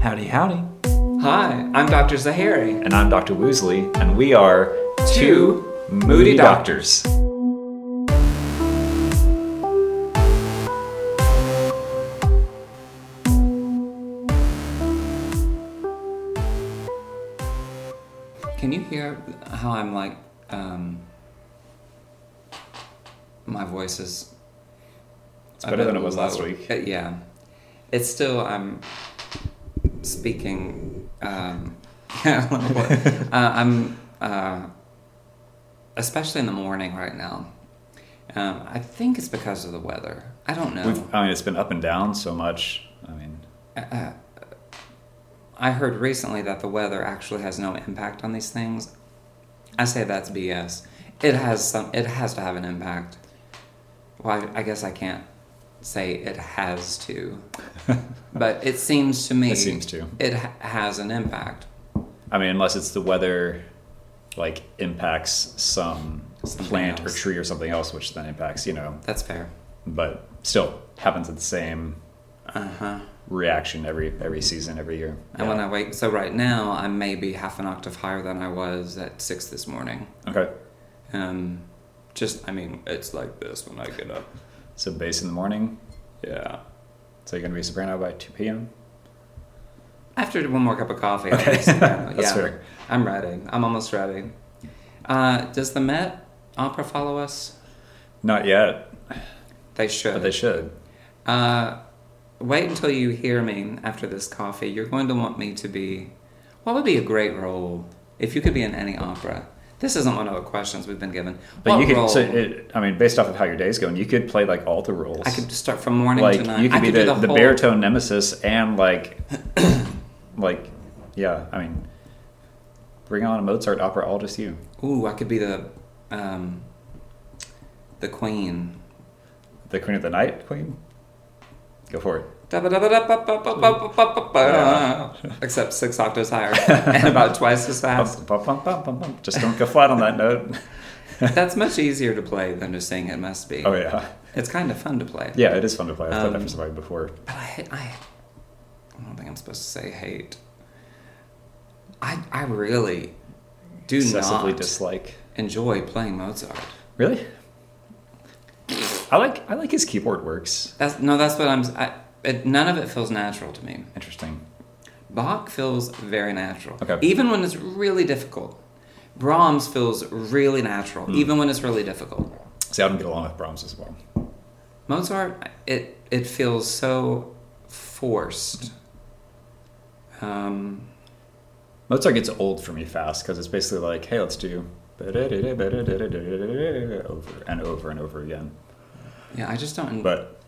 Howdy. Hi, I'm Dr. Zahari. And I'm Dr. Woosley, and we are Two Moody Doctors. Can you hear how I'm like, um, my voice is. It's better than it was last week. Uh, yeah. It's still, I'm speaking, um, uh, I'm, uh, especially in the morning right now. Um, I think it's because of the weather. I don't know. We've, I mean, it's been up and down so much. I mean, Uh, I heard recently that the weather actually has no impact on these things. I say that's BS. It has some. It has to have an impact. Well, I, I guess I can't say it has to, but it seems to me It seems to. it ha- has an impact. I mean, unless it's the weather, like impacts some Something plant or else. tree or something else, which then impacts, you know, That's fair. but still happens at the same Uh huh. reaction every every season, every year. And when I wake, so right now I'm maybe half an octave higher than I was at six this morning. okay, Um, just I mean, it's like this when I get up. so bass in the morning. Yeah. So you're gonna be soprano by two p.m. After one more cup of coffee, I'll Okay. make some kind of- That's yeah, fair. I'm ready. I'm almost ready. Uh, does the Met Opera follow us? Not yet, They should. but Oh, they should. uh, wait until you hear me after this coffee. You're going to want me to be. What would be a great role if you could be in any opera? This isn't one of the questions we've been given. But What you could. role? So it, I mean, based off of how your day's going, you could play like all the roles. I could start from morning like to night. you could I be do the, the, whole- baritone nemesis and like like yeah i mean bring on a mozart opera all just you Ooh, I could be the um, the queen. the queen of the night queen go for it Except six octaves higher and about twice as fast. Bum, bum, bum, bum, bum, bum. just don't go flat on that note That's much easier to play than to sing. It must be. oh yeah It's kind of fun to play. yeah it is fun to play i've played that Um, for somebody before But I, I, I don't think I'm supposed to say hate. I, I really do excessively not dislike enjoy playing Mozart. really i like i like his keyboard works That's no, that's what I'm. I, it, none of it feels natural to me. interesting Bach feels very natural. Okay. Even when it's really difficult. Brahms feels really natural, Hmm. even when it's really difficult. see i don't get along with brahms as well Mozart, it it feels so forced. Um, Mozart gets old for me fast because it's basically like, hey, let's do over and over and over again. yeah, I just don't. But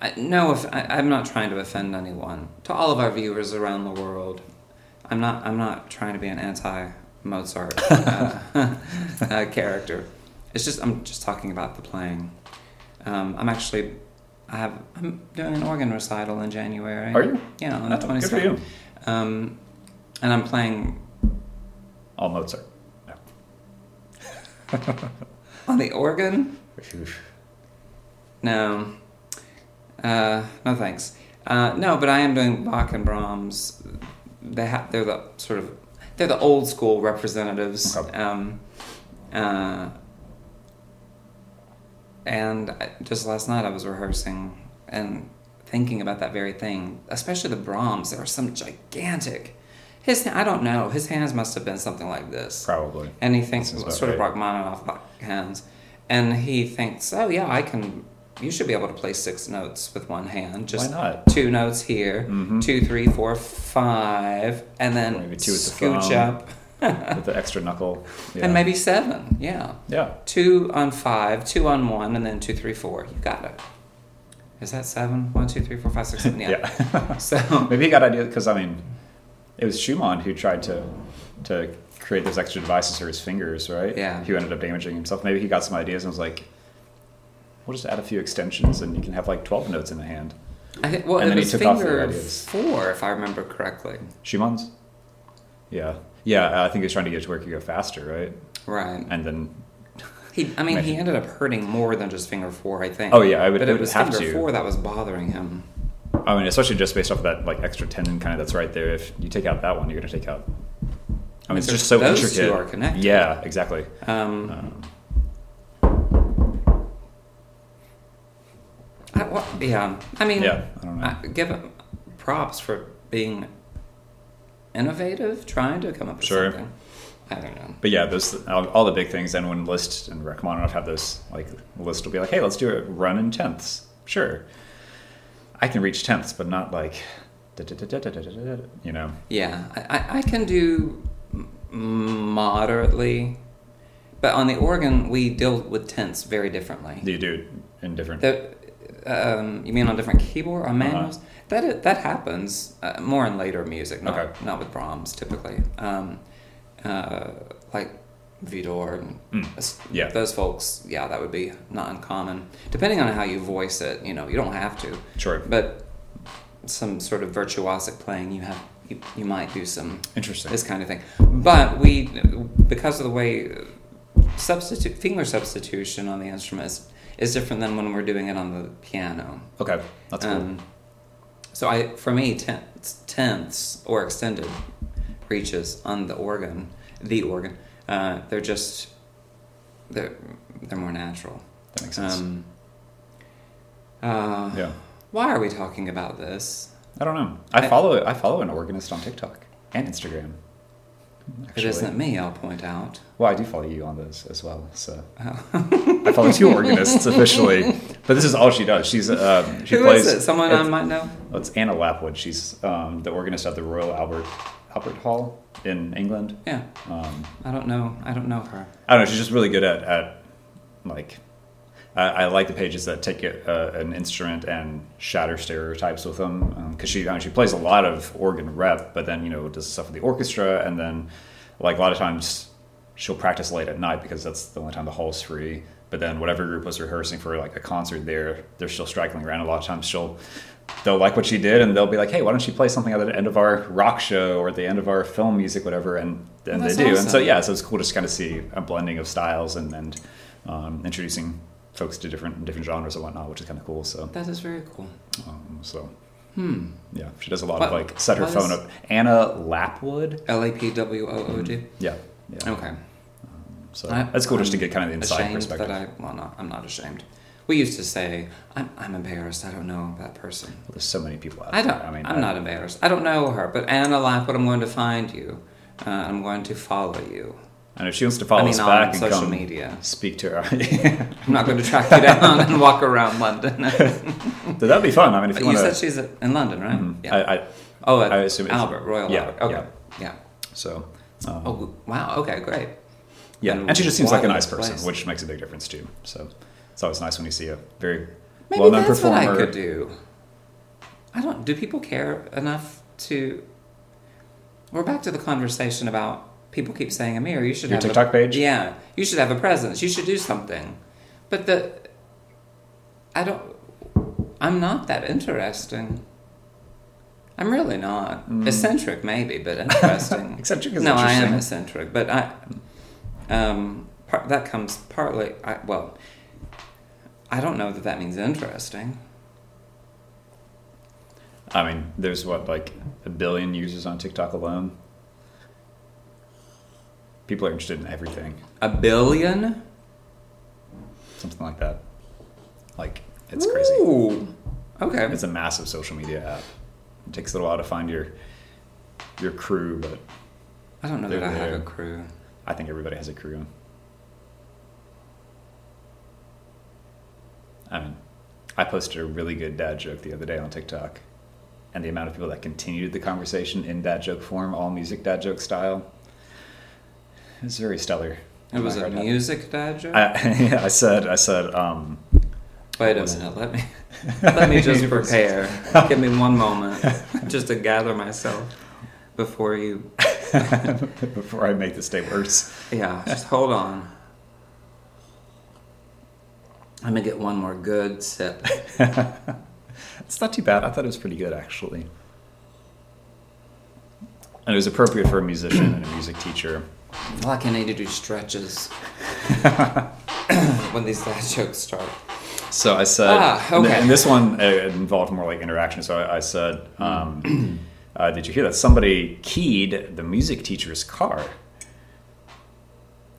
I, no, if I, I'm not trying to offend anyone. To all of our viewers around the world, I'm not. I'm not trying to be an anti-Mozart uh, uh, character. It's just I'm just talking about the playing. Um, I'm actually. I have. I'm doing an organ recital in January. Are you? Yeah, on Oh, the good for 22nd. you. Um, and I'm playing all Mozart. No. on the organ. Oof. No. Uh, no thanks. Uh, no, but I am doing Bach and Brahms. They ha- they're the sort of they're the old school representatives. Okay. Um, uh, and I, just last night I was rehearsing and thinking about that very thing, especially the Brahms. There are some gigantic. His I don't know. His hands must have been something like this Probably. and he thinks This is about sort of right. Rachmaninoff back hands, and he thinks, oh yeah, I can. You should be able to play six notes with one hand. Just not? Mm-hmm. Two notes here, two, three, four, five, and then Maybe two with the scooch thumb. up, With the extra knuckle. Yeah. and maybe seven. Yeah, Yeah. two on five, two on one, and then two, three, four. You got it. Is that seven? One, two, three, four, five, six, seven. Yeah. Yeah. So maybe he got ideas because, I mean, it was Schumann who tried to to create those extra devices for his fingers, right? Yeah. Who ended up damaging himself. Maybe he got some ideas and was like, we'll just add a few extensions and you can have like 12 notes in the hand. I think well, And it then he was took off the finger radius. four, if I remember correctly. Schumann's? Yeah. Yeah, uh, I think he was trying to get it to where he could go faster, right? Right. And then, He, I mean, he Imagine. ended up hurting more than just finger four, I think. Oh, yeah, I would- but I it would was have finger to. four that was bothering him. I I mean, especially just based off of that like extra tendon kind of that's right there. If you take out that one, you're gonna take out. I mean, it's Because just so those intricate. two are connected. Yeah, exactly. Um, Um, I, well, yeah, I mean, Uh, Yeah, I don't know. give him props for being innovative, trying to come up with Sure. something. I don't know. but yeah, those all, all the big things. And when List and Rachmaninoff have those, like List will be like, "Hey, let's do a run in tenths." Sure, I can reach tenths, but not like, da- da- da- da- da- da- da- da- da, you know. Yeah, I, I, I can do m- moderately, but on the organ we deal with tense very differently. You do it in different. The, um, you mean on different keyboard on Uh-huh. manuals? That i- that happens uh, more in later music, not Okay. not with Brahms typically. Um, uh, like Vidor and Mm, s- yeah. those folks, yeah, that would be not uncommon. Depending on how you voice it, you know, you don't have to. Sure. But some sort of virtuosic playing, you have you, you might do some Interesting. this kind of thing. But we, because of the way substitute finger substitution on the instrument is, is different than when we're doing it on the piano. Okay, that's cool. Um, so I, for me, tenths, tenths or extended reaches on the organ, the organ, uh, they're just they're they're more natural. that makes sense. Um, uh, yeah. Why are we talking about this? I don't know. I, I- follow I follow an organist on TikTok and Instagram. It isn't me. I'll point out. Well, I do follow you on those as well. So Oh. I follow two organists officially, but this is all she does. She's um, she Who plays is it? Someone I it's, might know. it's Anna Lapwood. She's um, the organist at the Royal Albert Albert Hall in England. Yeah. Um, I don't know. I don't know her. I don't know. She's just really good at, at like, I, I like the pages that take a, uh, an instrument and shatter stereotypes with them because she I mean, she plays a lot of organ rep, but then you know does stuff with the orchestra, and then like a lot of times she'll practice late at night because that's the only time the hall's free. But then whatever group was rehearsing for like a concert there, they're still straggling around. A lot of times she'll they'll like what she did and they'll be like, hey, why don't you play something at the end of our rock show or at the end of our film music, whatever, and Well, and they that's do. And so awesome. yeah yeah, Uh, so it's cool just to kind of see a blending of styles and and um, introducing folks to different different genres and whatnot, which is kind of cool. So That is very cool. um, so Hmm. yeah, she does a lot of What- like set her what phone is- up. Anna Lapwood. L A P W O O D. Yeah, yeah. Okay. So I- that's cool just to Oh, I'm get kind of the inside ashamed perspective. That I, well, not, I'm not ashamed. We used to say, I'm, I'm embarrassed. I don't know that person. There's so many people out I there. don't. I mean, I'm not embarrassed. I don't know her. But Anna Lapwood, I'm going to find you. Uh, I'm going to follow you. And if she wants to follow I mean, us on back and social come media. speak to her, I'm not going to track you down and walk around London. so that'd be fun. I mean, if But you you said want to, she's in London, right? Yeah. I, I oh, at Mm-hmm. I assume it's- Albert, Royal yeah, Albert. Okay. Yeah. so um, Oh, wow. Okay, great. Yeah, and and she just seems like a wild nice person, place. which makes a big difference too. So it's always nice when you see a very Maybe well-known that's performer. what I could do. I don't. Do people care enough to? We're back to the conversation about people keep saying, "Amir, you should Your have TikTok a, page? Yeah, you should have a presence. You should do something." But the, I don't. I'm not that interesting. I'm really not eccentric, maybe, but interesting. Mm. Eccentric is no, I am interesting. eccentric, but I. Um, part, that comes partly. I, well, I don't know that that means interesting. I mean, there's what like a billion users on TikTok alone. People are interested in everything, A billion? something like that. Like it's crazy. Ooh. Okay. It's a massive social media app. It takes a little while to find your your crew, but I don't know They're that I have there. a crew. I think everybody has a crew. I mean, I posted a really good dad joke the other day on TikTok, and the amount of people that continued the conversation in dad joke form, all music dad joke style, it's very stellar. It was a Right now. music dad joke? Oh I, yeah, I said, I said, um, Wait a was it? minute. Let me let me just prepare. Give me one moment just to gather myself before you. before I make this day worse. Yeah, just hold on. Let me get one more good sip. It's not too bad. I thought it was pretty good actually. And it was appropriate for a musician and a music teacher. Well, I can need to do stretches when these dad jokes start. So I said, Ah, and th- okay. and this one uh, involved more like interaction. So I, I said, um, uh, "Did you hear that somebody keyed the music teacher's car?"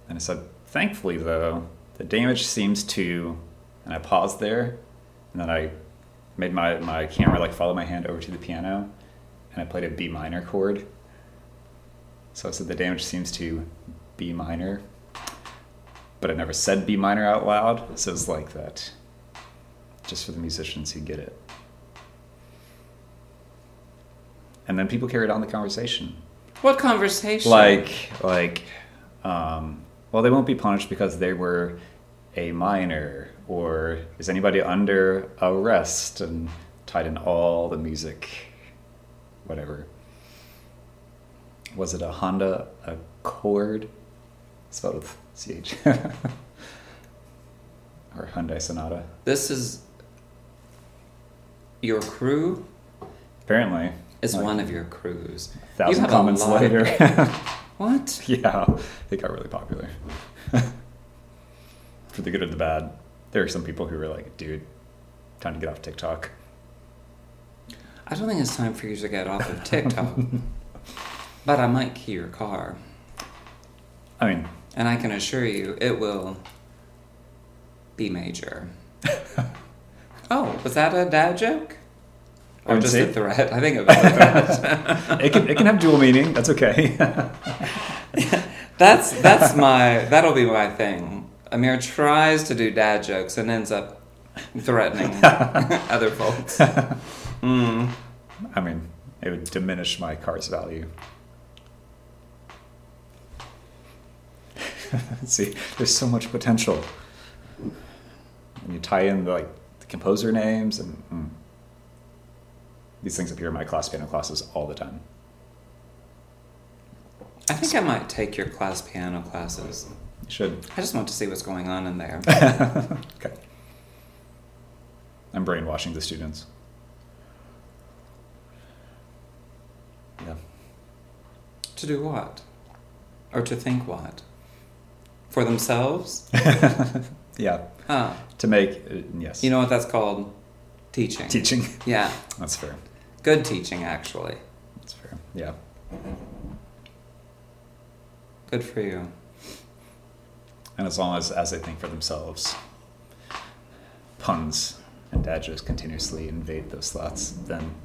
And I said, "Thankfully, though, the damage seems to." And I paused there, and then I made my my camera like follow my hand over to the piano, and I played a B minor chord. So I said, "The damage seems to B minor." But I never said B minor out loud, so it's like that just for the musicians who get it. And then people carried on the conversation. What conversation? Like, like, um, well, they won't be punished because they were a minor, or is anybody under arrest? And tied in all the music, whatever. Was it a Honda Accord? Spelled with CH. or Hyundai Sonata. this is your crew Apparently. is Like, one of your crews. You thousand have a comments lot of- later. What? yeah, it got really popular. For the good or the bad. There are some people who were like, dude, time to get off TikTok. I don't think it's time for you to get off of TikTok. but I might key your car. I mean, And I can assure you it will be major. oh, was that a dad joke? Or Or just see? a threat? I think it was a threat. it can, it can have dual meaning. That's okay. That's that's my that'll be my thing. Amir tries to do dad jokes and ends up threatening other folks. Mm. I mean, it would diminish my car's value. See, there's so much potential. And you tie in like the composer names and mm. these things appear in my class piano classes all the time. I think I might take your class piano classes. You should. I just want to see what's going on in there. okay. I'm brainwashing the students. Yeah. to do what? Or to think what? For themselves? Yeah. Huh. To make, uh, yes. You know what that's called? Teaching. teaching. Yeah. That's fair. Good teaching actually. That's fair. Yeah. Good for you. And as long as, as they think for themselves, puns and dad jokes continuously invade those slots, then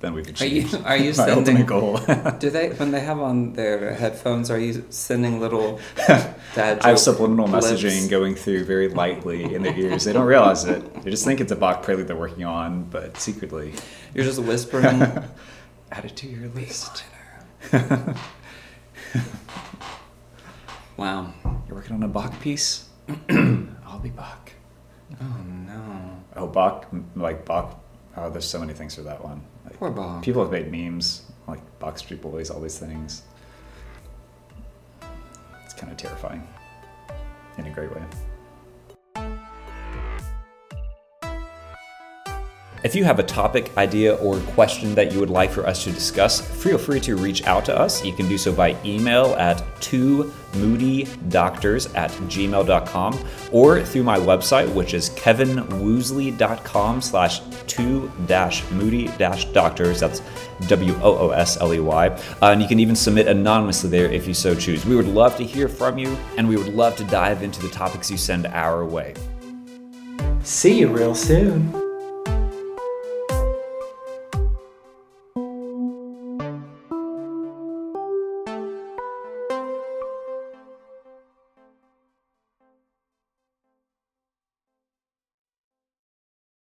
then we've achieved you- are you my sending- ultimate goal. Do they when they have on their headphones are you sending little dad I have joke subliminal blips? messaging going through very lightly in their ears. They don't realize it. They just think it's a Bach prelude they're working on, but secretly, You're just whispering. add it to your list. wow. You're working on a Bach piece? I'll be Bach. Oh no. Oh, Bach, m- like Bach. Oh, there's so many things for that one. Like, Poor Bach. People have made memes like Bach Street Boys, all these things. It's kind of terrifying in a great way. If you have a topic, idea, or question that you would like for us to discuss, feel free to reach out to us. You can do so by email at two moodydoctors at gmail.com or through my website, which is kevinwoosley.com slash two dash moody dash doctors. That's W O O S L E Y. Uh, and you can even submit anonymously there if you so choose. We would love to hear from you, and we would love to dive into the topics you send our way. See you real soon.